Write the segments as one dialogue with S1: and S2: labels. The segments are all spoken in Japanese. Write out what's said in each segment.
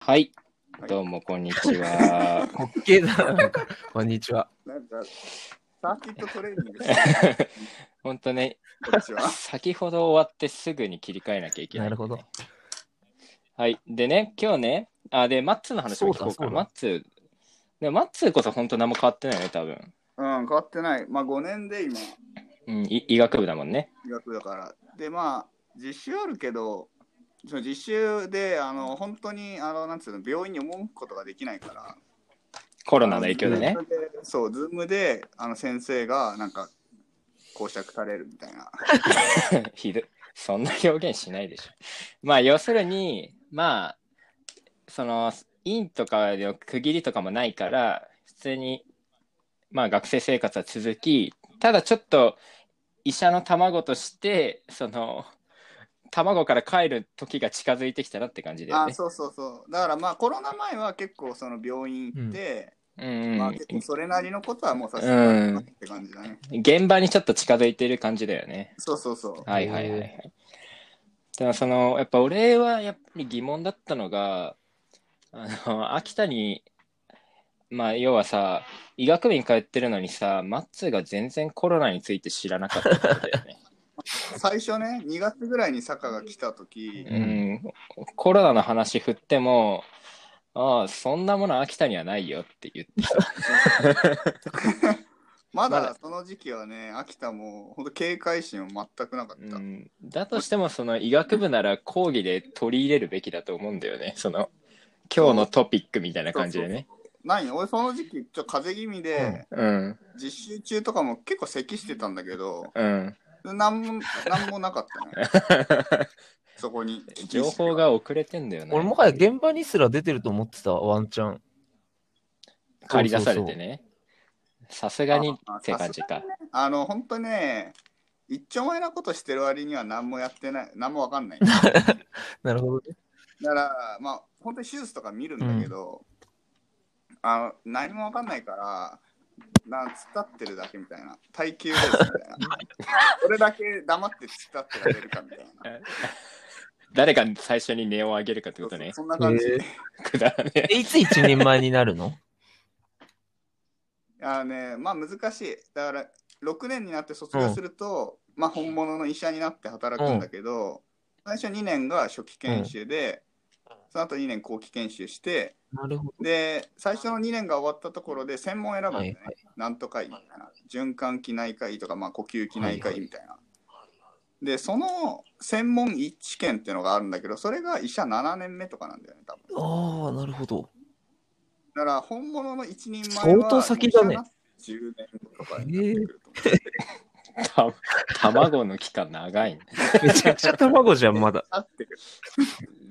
S1: はい
S2: は。い
S1: どうも、こんにち は。
S3: ホッケーだなんか。こんにちは。
S2: なんか、サーキットトレーニングしてる
S1: ほんとね、
S2: こんにちは。
S1: 先ほど終わってすぐに切り替えなきゃいけない、
S3: なるほど。
S1: はい。でね、今日ね、あ、で、マッツーの話も聞こう
S3: そうだそう
S1: か。
S3: だ
S1: マッツー、でもマッツーこそ本当何も変わってないよね、多分。
S2: うん、変わってない。まあ、5年で今、
S1: うん、い医学部だもんね。
S2: 医学だから。で、まあ、実習あるけど、その実習で、あの、本当に、あの、なんつうの、病院に赴くことができないから。
S1: コロナの影響でね。
S2: Zoom で。そう、ズームで、あの、先生が、なんか、公爵されるみたいな。
S1: ひどい。そんな表現しないでしょ。まあ、要するに、まあ、その、院とかの区切りとかもないから、普通に、まあ、学生生活は続き、ただちょっと、医者の卵として、その、卵から帰る時が近づいてきたなって感じだよ
S2: あ
S1: ね。
S2: そうそうそう。だから、まあ、コロナ前は結構、その、病院行って、
S1: うん、
S2: まあ、結構、それなりのことはもうさせてもらったって感じだね。
S1: 現場にちょっと近づいてる感じだよね。
S2: そうそうそう。
S1: はいはいはいはい。でもそのやっぱ俺はやっぱり疑問だったのがあの秋田にまあ要はさ医学部に通ってるのにさマッツーが全然コロナについて知らなかったんだよね。
S2: 最初ね、2月ぐらいに坂が来たとき、
S1: うん、コロナの話振ってもああそんなもの秋田にはないよって言ってま
S2: まだ
S1: だ
S2: その時期はね、秋田も本当警戒心は全くなかった。
S1: うん、だとしてもその医学部なら講義で取り入れるべきだと思うんだよねその今日のトピックみたいな感じでね
S2: ない俺その時期、ちょっと風邪気味で、
S1: うん
S2: 実習中とかも結構咳してたんだけど、
S1: うん
S2: なんも、なんもなかったね。 そこに。
S1: 情報。が遅れてんだよね
S3: 俺もはや現場にすら出てると思ってた、ワンチャン。
S1: 借り出されてねさすがに
S2: あ
S1: って感じか、
S2: あの、本当ね、一丁前なことしてる割には何もやってない、何もわかんない。
S3: なるほどね。
S2: だから、まあ、本当に手術とか見るんだけど、あの何もわかんないから、なん突っ立ってるだけみたいな、耐久ですみたいな。それだけ黙って突っ立ってられるかみたいな。
S1: 誰が最初に値を上げるかって
S2: そ
S1: こ
S2: うそ
S1: と
S2: う
S1: ね
S2: そんな感じ。
S3: へ
S1: くだらねえ
S3: え、いつ一人前になるの
S2: あのね、まあ難しい。だから、6年になって卒業すると、まあ本物の医者になって働くんだけど、最初2年が初期研修で、その後2年後期研修して、
S3: なるほ
S2: で、最初の2年が終わったところで専門選ぶんだよ
S3: は
S2: ね。
S3: いはい
S2: なんとか医みたいな循環器内科医とか、まあ、呼吸器内科医みたいな、でその専門医試験っていうのがあるんだけどそれが医者7年目とかなんだよね多分
S3: ああ、なるほど。
S2: だから本物の一人前は
S3: 相当先だね
S2: 医者になって10年とかになってくると思う
S1: た卵の期間長いね
S3: めちゃくちゃ卵じゃん、まだ。
S2: 合ってくる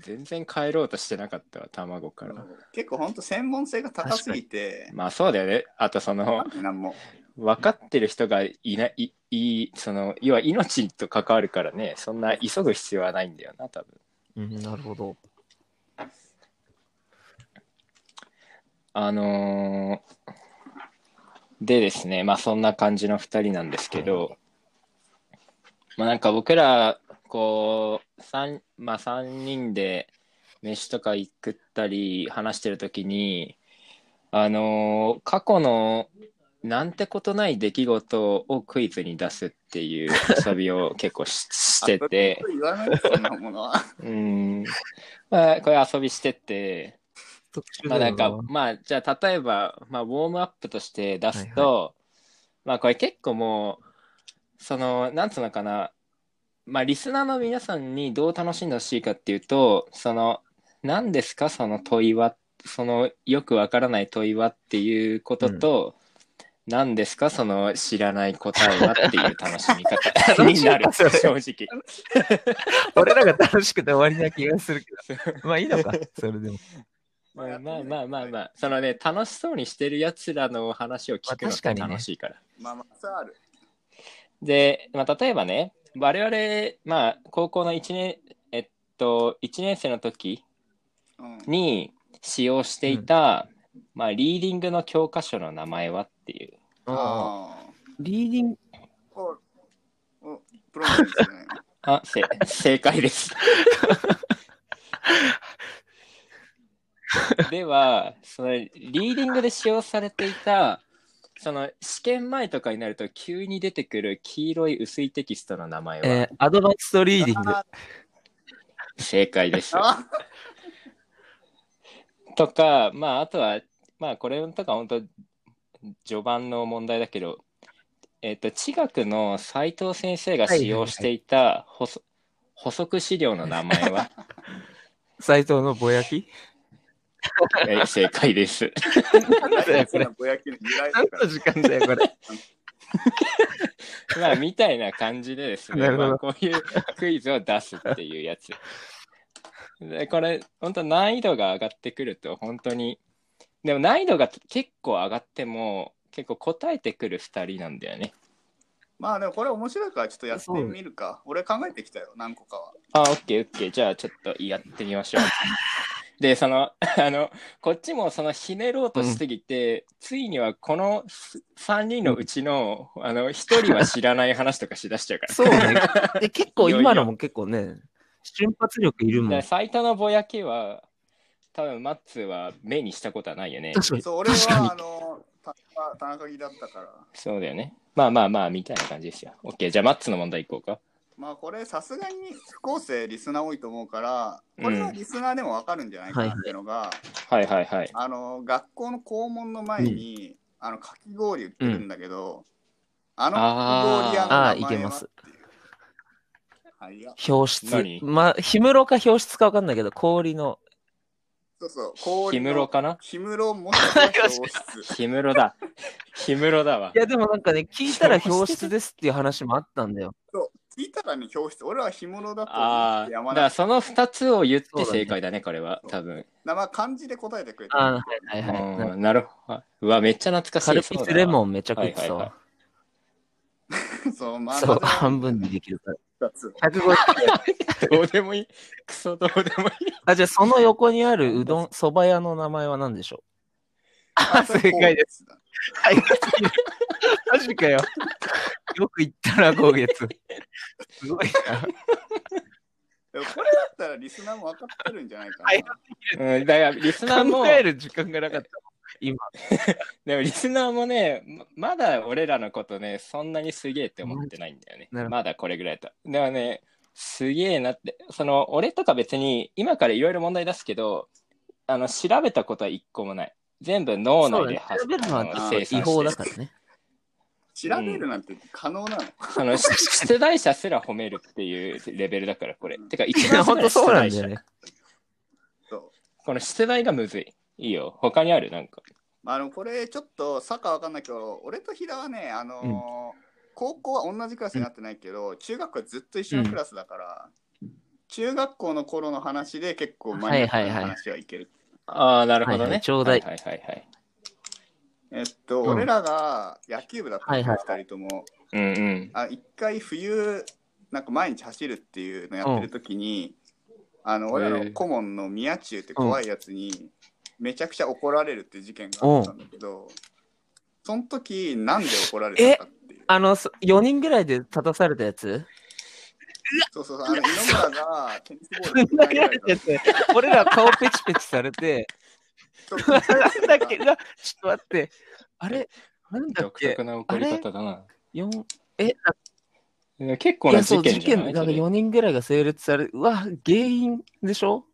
S1: 全然帰ろうとしてなかったわ卵から、
S2: 結構本当専門性が高すぎて
S1: まあそうだよねあとその
S2: なんも
S1: 分かってる人がいないいいその要は命と関わるからねそんな急ぐ必要はないんだよな多分
S3: うん、なるほど。
S1: あのーでですねまあそんな感じの2人なんですけど、まあなんか僕らこう3まあ3人で飯とか行くったり話してる時にあのー過去のなんてことない出来事をクイズに出すっていう遊びを結構ししてて
S2: あ。そんなこと言わないそんなものは
S1: うーん。まあ、これ遊びしてって、
S3: 特殊
S1: まあ
S3: だ
S1: な
S3: よ
S1: んか、まあ、じゃあ例えば、まあ、ウォームアップとして出すと、まあ、これ結構もう、その、なんつうのかな、まあ、リスナーの皆さんにどう楽しんでほしいかっていうと、その、何ですか、その問いは、その、よくわからない問いはっていうことと、何ですかその知らない答えはっていう 楽しみ方になる
S3: 楽しみ方
S1: 正直
S3: 俺らが楽しくて終わりな気がするけ ど。まあいいのか、それでも。
S1: まあまあまあまあまあ、そのね、楽しそうにしてるやつらの話を聞く
S3: ま
S1: の
S3: あ確か
S1: が
S3: にね
S1: 楽しいから。
S2: まあまあそれはある
S1: で、まあ、例えばね、我々、まあ、高校の1年、えっと、1年生の時
S2: うん
S1: に使用していた、まあ、リーディングの教科書の名前はっていう。
S3: ああ。
S2: ああ
S3: リーディング、
S2: おおプロモーションじゃないの
S1: あ、 せ正解です。では、そのリーディングで使用されていた、その試験前とかになると急に出てくる黄色い薄いテキストの名前は、
S4: えー、アドバンストリーディン グ。
S2: あ
S1: 正解です。
S2: あ
S1: とか、まあ、あとは、まあ、これとか本当、序盤の問題だけど、えっと、地学の斉藤先生が使用していた補足補足資料の名前は、
S4: 斎藤のぼやき
S1: え正解 です。
S2: 大好きなぼやきの由来
S4: 何
S2: だか
S4: の時間だよ、これ。
S1: まあ、みたいな感じでです
S4: な
S1: ね、
S4: るほど
S1: まあ、こういうクイズを出すっていうやつ。で、これ、本当難易度が上がってくると、本当に、でも難易度が結構上がっても、結構答えてくる2人なんだよね。
S2: まあでもこれ面白いからちょっとやってみるか。俺考えてきたよ、何個かは。
S1: あ、オッケーオッケー。じゃあ、ちょっとやってみま しょう。で、その、 あの、こっちもそのひねろうとしすぎて、ついにはこの3人のうちの、あの、1人は知らない話とかしだしちゃうから。
S4: そうね。で結構、
S1: いやいや
S4: 今のも結構ね、瞬発力いるもん
S1: で。サイトのぼやきは多分マッツーは目にしたことはないよね。
S4: 確かに。
S2: そう、俺
S4: 確かに
S2: はあの、田中田中木だったから。
S1: そうだよね。まあまあまあみたいな感じですよ。オッケーじゃあマッツーの問題いこうか。
S2: まあこれさすがに不公正リスナー多いと思うから、これはリスナーでもわかるんじゃないかなっていうのが、
S1: はいはいはい。
S2: あの学校の校門の前に、あのかき氷売ってるんだけど、あのかき氷屋の名前は
S4: あーいけます
S2: っていう。はいや、
S4: 表室
S1: 何。
S4: まあ、氷室か表室かわかんないけど、氷の。
S2: そうそう、氷
S1: 氷
S2: の
S1: 室かな
S2: 氷室もしくは教室。
S1: 氷室 だ。氷室だわ
S4: い。や、でもなんかね、聞いたら表室ですっていう話もあったんだよ。
S2: そう、聞いたらね、教室。俺は氷室
S1: あ
S2: だと思って
S1: あ、だ
S2: や
S1: か
S2: ま
S1: ら
S2: なく
S1: その2つを言って正解だね、これは。多分。
S2: 名前漢字で答えてくれてる
S4: あーはいはいはい。
S1: うん、なるほど。うわ、めっちゃ懐かしい。
S4: カルピスレモンめちゃくちゃ
S1: はい
S4: そ
S1: はいうは。
S2: そう、まあ、
S4: そう、
S2: まあ
S4: 半分にできるから。
S2: 二つ
S4: 150
S1: そうだどうでもいい。クソどうでもいい。
S4: あ、じゃあその横にあるうどん、蕎麦屋の名前は何でしょ
S2: あそれ。
S4: 正解ですうはい。マジかよ。よく言ったな、今月。すごいな。
S2: でもこれだったらリスナーも分かってるんじゃないかな。
S4: はい
S1: うん、だからリスナーも
S4: 考、える時間がなかった。
S1: でもリスナーもね、ままだ俺らのことね、そんなにすげえって思ってないんだよね。
S4: なるほど
S1: まだこれぐらいだと。でもね、すげえなって、その、俺とか別に今からいろいろ問題出すけど、あの、調べたことは一個もない。全部脳内
S4: そう
S1: で
S4: ね。
S1: 発
S4: 調べるの
S1: あ
S4: は
S1: の生
S4: 違
S1: 産
S4: 法だ
S1: して
S4: から ね。
S2: 調べるなんて可能なの、
S1: その、し出題者すら褒めるっていうレベルだから、これ。てか、一
S4: いや、
S1: 番
S4: ほんとそうなん
S1: 出題者
S4: だよね。
S2: そう
S1: この出題がむずい。いいよ。他にあるなんか。
S2: まあ、あのこれちょっとサッカーわかんないけど俺と平はね、あのー高校は同じクラスになってないけど、中学校はずっと一緒のクラスだから、中学校の頃の話で結構マニアックな話はいける、
S1: ああ、なるほどね。
S4: はいはいちょうだい
S1: はいはいはい
S2: えっと、
S4: うん
S2: 俺らが野球部だったんですよ、
S4: はい
S2: 2人とも
S1: はい。うんうん。
S2: あ一回冬なんか毎日走るっていうのやってる時に、あの俺らの顧問の宮中って怖いやつにめちゃくちゃ怒られるっていう事件があったんだけど、その時なんで怒られたかっていう
S4: あの、そ4人ぐらいで立たされたやつ
S2: そうそうそう あの井ノ村がテニ スボール
S4: 投
S2: 投
S4: げ
S2: げ
S4: ら
S2: られ
S4: れたや
S2: た
S4: つ。俺ら顔ペチペチされて、
S2: 時
S4: なんだっ けな、ちょっと待って。あれなんだっ
S1: 独
S4: け
S1: 特な怒り方だな。
S4: 四え、
S1: うん結構
S4: い
S1: な
S4: や、そ
S1: 事
S4: う、
S1: 件
S4: 事
S1: じゃな
S4: 件で、
S1: い
S4: なん
S1: そ
S4: か
S1: れ
S4: 4人ぐらいが整列される。うわ、原因でしょ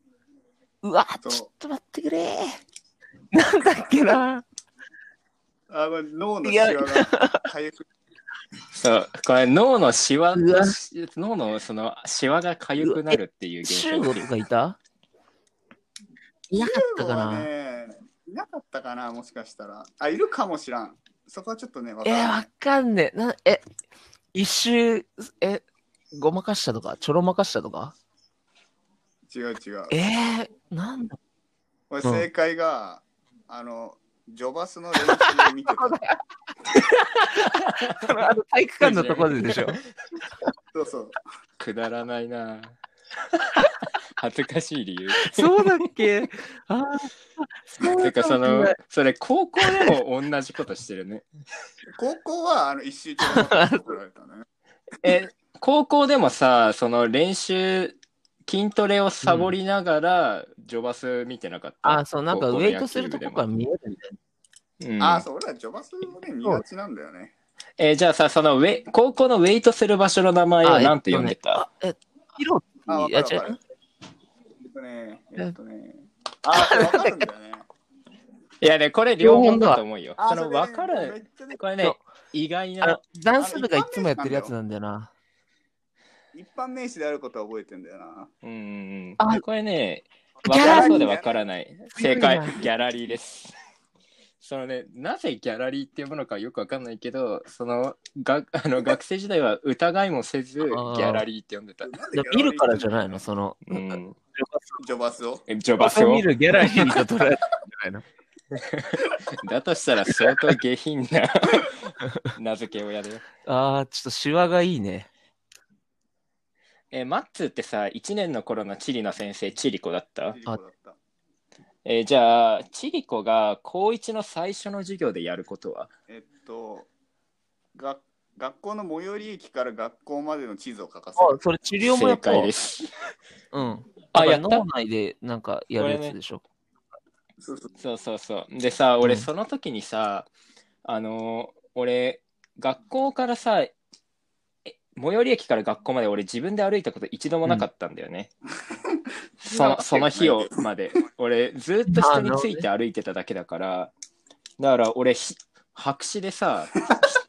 S4: うわ、
S2: そう
S4: ちょっと待ってくれ。なんだっけな。
S2: あの脳のシワが回復
S1: そう、これ脳のシワ
S4: うわ、
S1: 脳のそのシワが痒くなるっていう現
S4: 中
S1: 象
S4: 国とかいたいなかったかな。
S2: ねいなかったかなもしかしたらあいるかもしらんそこはちょっとねわか
S4: え
S2: ら
S4: ー、
S2: ない
S4: わかんねえ。なえ、一周、え、ごまかしたとか、ちょろまかしたとか。
S2: 違う違う
S4: えー、なんだ
S2: これ
S4: うん
S2: 正解が、あの、ジョバスの練習を見てた。
S4: あのあの体育館のところででしょ。
S2: そうそう。
S1: くだらない な。恥ずかしい理由。
S4: そうだっけああ、そう
S1: てかそ
S4: もしれ
S1: の
S4: ない、
S1: それ高校でも同じことしてるね。
S2: 高校は、あの、一周中に怒られ たね。
S1: え、高校でもさ、その練習、筋トレをサボりながら、ジョバス見てなかった。
S4: あ、そう、なんかウェイトするとこから
S1: 高校
S4: 見えたみたい
S1: の野球部でも
S2: あ
S1: う
S2: あ、
S1: ん
S2: そう、俺らジョバスもね、見がちなんだよね。
S1: えーじゃあさ、そのウェイ高校のウェイトする場所の名前を
S4: な。
S1: なんて呼んでた、
S4: えっとねあえ、ヒロ
S2: あ、わ
S4: い
S2: か
S4: や、
S2: る
S4: 違
S2: わか
S4: う
S2: る。。えっとね、えっとね。あ、わかるんだよね。
S1: いやね、これ両方だと思うよ。
S2: あ
S1: その分か。
S2: れねめっ
S1: る、
S2: ちゃね
S1: これね
S4: そう、
S1: 意外
S4: あ
S1: な
S4: の、。ダンス部がいつもやってるやつなんだよな。
S2: 一般名詞であることは覚えてんだよな。
S1: うんうんう
S4: あ
S1: ん。これね、
S4: ギ
S1: 分
S4: ャ
S1: から
S4: ラリー
S1: そうで分からない。正解
S4: 強い、
S1: ギャラリーです。そのね、なぜギャラリーっていうものかよく分かんないけど、そのがあの学生時代は疑いもせず、ギ
S4: ー
S1: ャラリーって呼んでた。
S4: で見るからじゃないの、その。
S1: うん。
S2: ジョバスを。
S1: ジョバス
S3: そ
S1: を
S3: 見。るギャラリーと捉えたんじゃないの
S1: だとしたら相当下品な 名付け親だよ。
S4: ああ、ちょっとシワがいいね。
S1: えーマッツーってさ、1年の頃の地理の先生、チリコだった
S2: ジリコだった
S1: えーじゃあ、チリコが高1の最初の授業でやることは
S2: えっと、が学校の最寄り駅から学校までの地図を書かせ
S4: あ
S2: る。
S4: それ治療も
S1: 正
S4: やっぱ。
S1: 解です。
S4: うん。
S1: あ
S4: あ、
S1: や
S4: や
S1: った
S4: 脳内でなんかやるやつでしょ。
S2: そうそう
S1: そうそうそう。でさ、俺
S4: うん
S1: その時にさ、あのー俺、学校からさ、え最寄り駅から学校まで俺自分で歩いたこと一度もなかったんだよね。そ のその日をまで。俺ずっと人について歩いてただけだから、だから俺ひ、白紙でさ、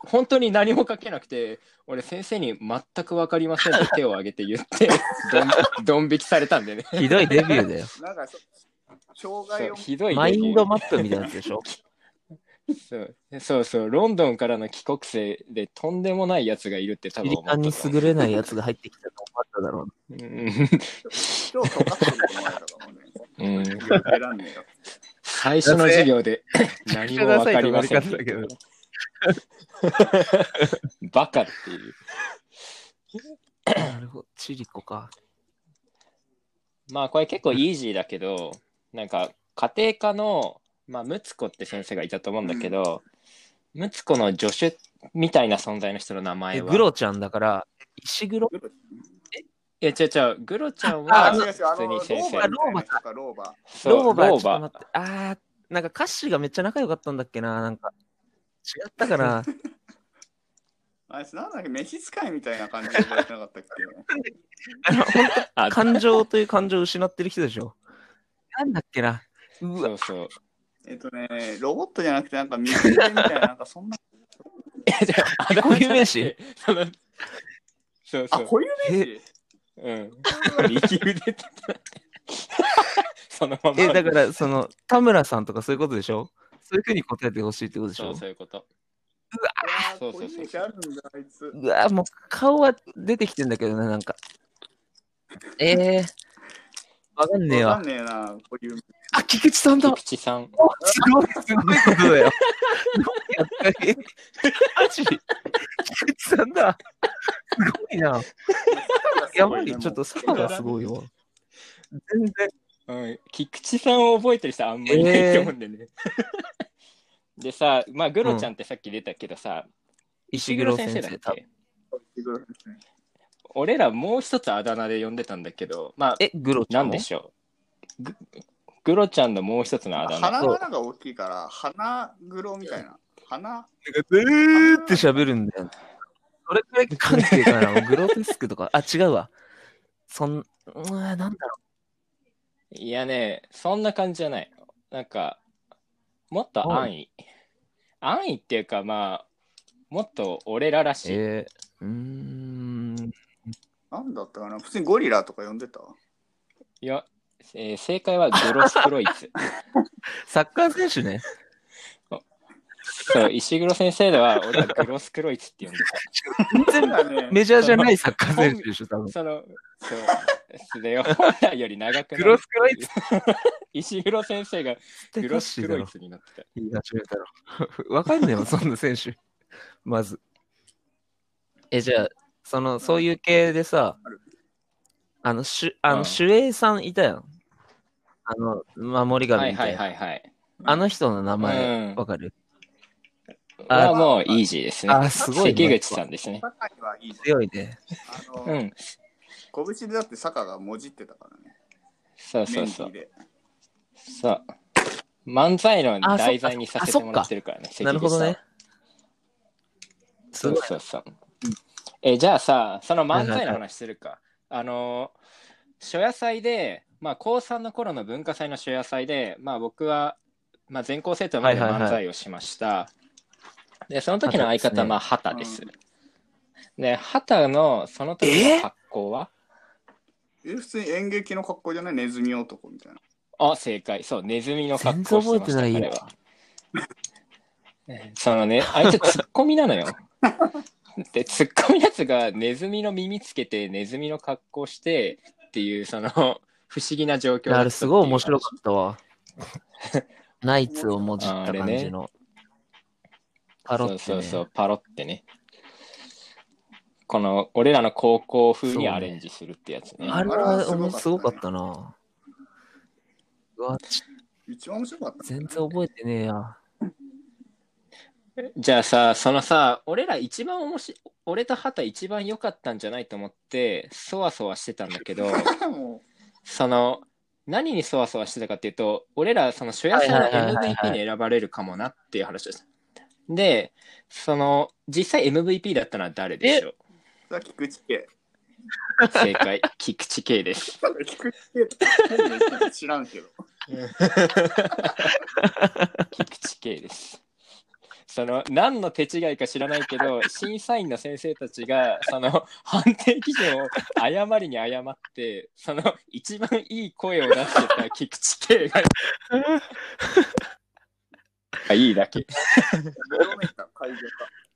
S1: 本当に何も書けなくて、俺先生に全く分かりませんって手を挙げて言って、どんドン引きされた んでね。
S4: ひどいデビューだよ。
S2: なんか、そ障害
S1: そう
S2: を。
S1: ひどい
S4: マイ
S1: 出来
S4: ンドマップみたいなやつでしょ。
S1: そうそうそう、ロンドンからの帰国生でとんでもないやつ がいるって多
S4: 切
S1: 分
S4: り
S1: 思った
S4: 感に
S1: と思
S4: 優れないやつが入ってきたと思っただろう
S1: う。うん
S2: 今日溶かすと思われたかもね。
S1: うん
S2: 選んでよ。
S1: 最初の授業 で何もわかりませんって
S3: めちゃくちゃダサい止まり方だ
S1: バカっていう。
S4: な。なるほど。チリコか。
S1: まあこれ結構イージーだけど、なんか家庭科の、まあ、ムツコって先生がいたと思うんだけど、ムツコの助手みたいな存在の人の名前
S4: え、
S1: は。
S4: グロちゃんだから、石黒
S1: いや違う違う、グロちゃんは
S4: あ
S2: あ、違う違う。あ
S1: 普通
S2: の、ロ
S1: に先
S2: ー
S1: 生
S2: バ。ーみたいな人か、ローバ
S1: そう
S4: ローバー。
S1: ロ
S4: ちょっと
S1: ーバ
S4: 待ってああ、なんか歌詞がめっちゃ仲良かったんだっけな。なんか、違ったかな。
S2: ー。あいつ、なんだっけ、召使いみたいな感じで覚えてなかったっけ
S4: あの、本
S1: あ
S4: 当感情という感情を失ってる人でしょ。なんだっけな。う
S1: そ
S4: わ、
S1: う そう。
S2: えっとね、ロボットじゃなくて、なんか水着みたいな、なんかそんな。
S1: あ
S4: 固有名 詞
S1: そのそう
S2: あ、
S1: そう。
S2: 固有名詞
S1: うん。右腕って。 そのまま。
S4: え、だから、その、田村さんとかそういうことでしょそういうふうに答えてほしいってことでし
S1: そ
S4: ょ
S1: うそういうこと。
S2: あ
S1: そうそ
S2: ー固
S1: うそう
S2: 有名詞あるんだ、あいつ。
S4: うわ、もう顔は出てきてんだけどね、なんか。ええー。わかんねえ
S2: わか
S4: わ
S2: ん。ねえな、固有名詞。
S4: あ、菊池さんだ
S1: 菊池さん。
S4: すごい、すごいことだよ。やっぱりマジ菊池さんだ。すごいな。やばい、ちょっとサがすごいわ。全然。
S1: うん。菊池さんを覚えてる人あんまりいないと思うんでね。 でさ、まあ、グロちゃんってさっき出たけどさ、
S4: 石黒先生
S1: だっ
S4: だ。
S1: け俺らもう一つあだ名で呼んでたんだけど、まあ、
S4: え、グロちゃ
S1: なんん
S4: も
S1: でしょう。ググロちゃんのもう一つのあだ名。
S2: 鼻の穴が大きいから、鼻黒みたいな。鼻
S4: うーって喋るんだよ。それくらい感じてか な。もうグロテスクとか。あ、違うわ。そん、うーんなんだろ
S1: いやね、そんな感じじゃない。なんか、もっと安易。安易っていうか、まあ、もっと俺らら
S4: う。
S1: しい。
S4: えー、うーん。
S2: なんだったかな普通にゴリラとか呼んでた
S1: いや、えー正解はグロスプロイ ツ。
S4: サッカー選手ね。
S1: そう、石黒先生では俺はグロスクロイツって呼んで
S4: 全然
S2: ね
S4: メジャーじゃないサッカー選手でしょ、多分
S1: た。。その、そう、 で、本来より長くなる
S4: グロスクロイツ。
S1: 石黒先生がグロスクロイツになってた。
S4: 言い始め たら。わかんねえわ、そんな選手。まず。え、じゃあ、その、そういう系でさ
S2: ある、
S4: あの、しゅ、あ
S1: う
S4: の、
S1: ん
S4: 守衛さんいたよ。あの、守り
S1: は
S4: 神
S1: い
S4: みた
S1: はいい
S4: な。
S1: はいはい。
S4: あの人の名
S1: うん
S4: 前、わかる
S1: はもうイージーですね。
S4: あ、すごい
S1: 関
S4: ね。
S1: 口さんですね。
S2: 坂井はいいじ
S4: 強いね。
S2: ゃん。あ
S1: う
S2: の、
S1: ん。
S2: 拳でだって坂がもじってたからね。
S1: そう
S2: メ
S1: そ
S2: ン
S1: う
S2: デ
S1: そ
S2: ィー
S1: う。
S2: で。
S1: そう。漫才の
S4: あそっか
S1: 題材にさせてもらってるからね。
S4: なるほどね。
S1: 関口さん。そうそうそう
S3: うん。
S1: え、じゃあさ、その漫才の話するか。あのー、書野祭で、まあ、高3の頃の文化祭の書野祭で、まあ、僕は、まあ、全校生徒まで
S4: はいはいはい
S1: 漫才をしました。で、その時の相
S4: 畑です
S1: 方、
S4: ね
S1: まあ、畑です。で、畑の、その時の格好は
S2: え、普通に演劇の格好じゃないネズミ男みたいな。
S1: あ、正解。そう、ネズミの格好をしてました、
S4: 全然覚えてな
S1: 彼
S4: いよ
S1: は。そのね、あいつツッコミなのよ。で、ツッコミのやつがネズミの耳つけて、ネズミの格好してっていう、その、不思議な状況だったっ
S4: あ
S1: て
S4: れ
S1: う
S4: すごい面白かったわ。 ナイツをもじった感
S1: あ
S4: じ
S1: れ
S4: の。パロって、ね。
S1: そうそうそう、パロってね。この、俺らの高校風にアレンジするってやつね。
S4: あれはおもすごかったな。うわ、
S2: 一番面白かった
S4: 全然覚えてねえや。
S1: じゃあさ、そのさ、俺ら一番おもし、俺と畑一番良かったんじゃないと思って、そわそわしてたんだけど、
S2: な。 も
S1: その何にそわそわしてたかっていうと俺らその初夜祭の
S4: はいはいはいはいはい
S1: MVP に選ばれるかもなっていう話でした。でその実際 MVP だったのは誰でしょう
S2: う、さっき口系。
S1: 正解 菊池圭です。
S2: 菊池系知らんけ ど。
S1: 菊池圭です。その何の手違いか知らないけど審査員の先生たちがその判定基準を誤りに誤ってその一番いい声を出してた菊池圭 があいいだけ
S2: 色めいた会場か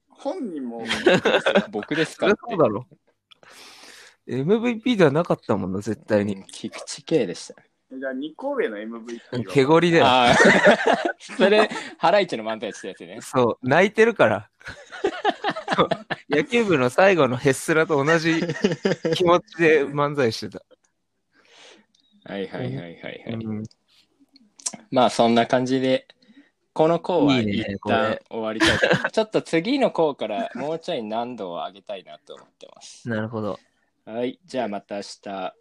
S2: 本 人も、
S1: 僕です
S4: そ
S1: か
S4: り
S1: っ
S4: ゃ
S1: て
S4: そうだろ。MVP ではなかったもんな、絶対に。
S1: うん菊池圭でした。
S2: じゃあ2個目の MVP は
S4: 毛ごりだよ。
S1: ああ、 それ、ハライチの漫才してたやつね。
S4: そう、泣いてるから。そう野球部の最後のヘッスラと同じ気持ちで漫才してた。
S1: はいはいはいはい、はい
S4: うん
S1: まあそんな感じで、この項はい
S4: いね
S1: 一旦終わりたいと 思いますちょっと次の項からもうちょい難度を上げたいなと思ってます。
S4: なるほど。
S1: はい、じゃあまた明日。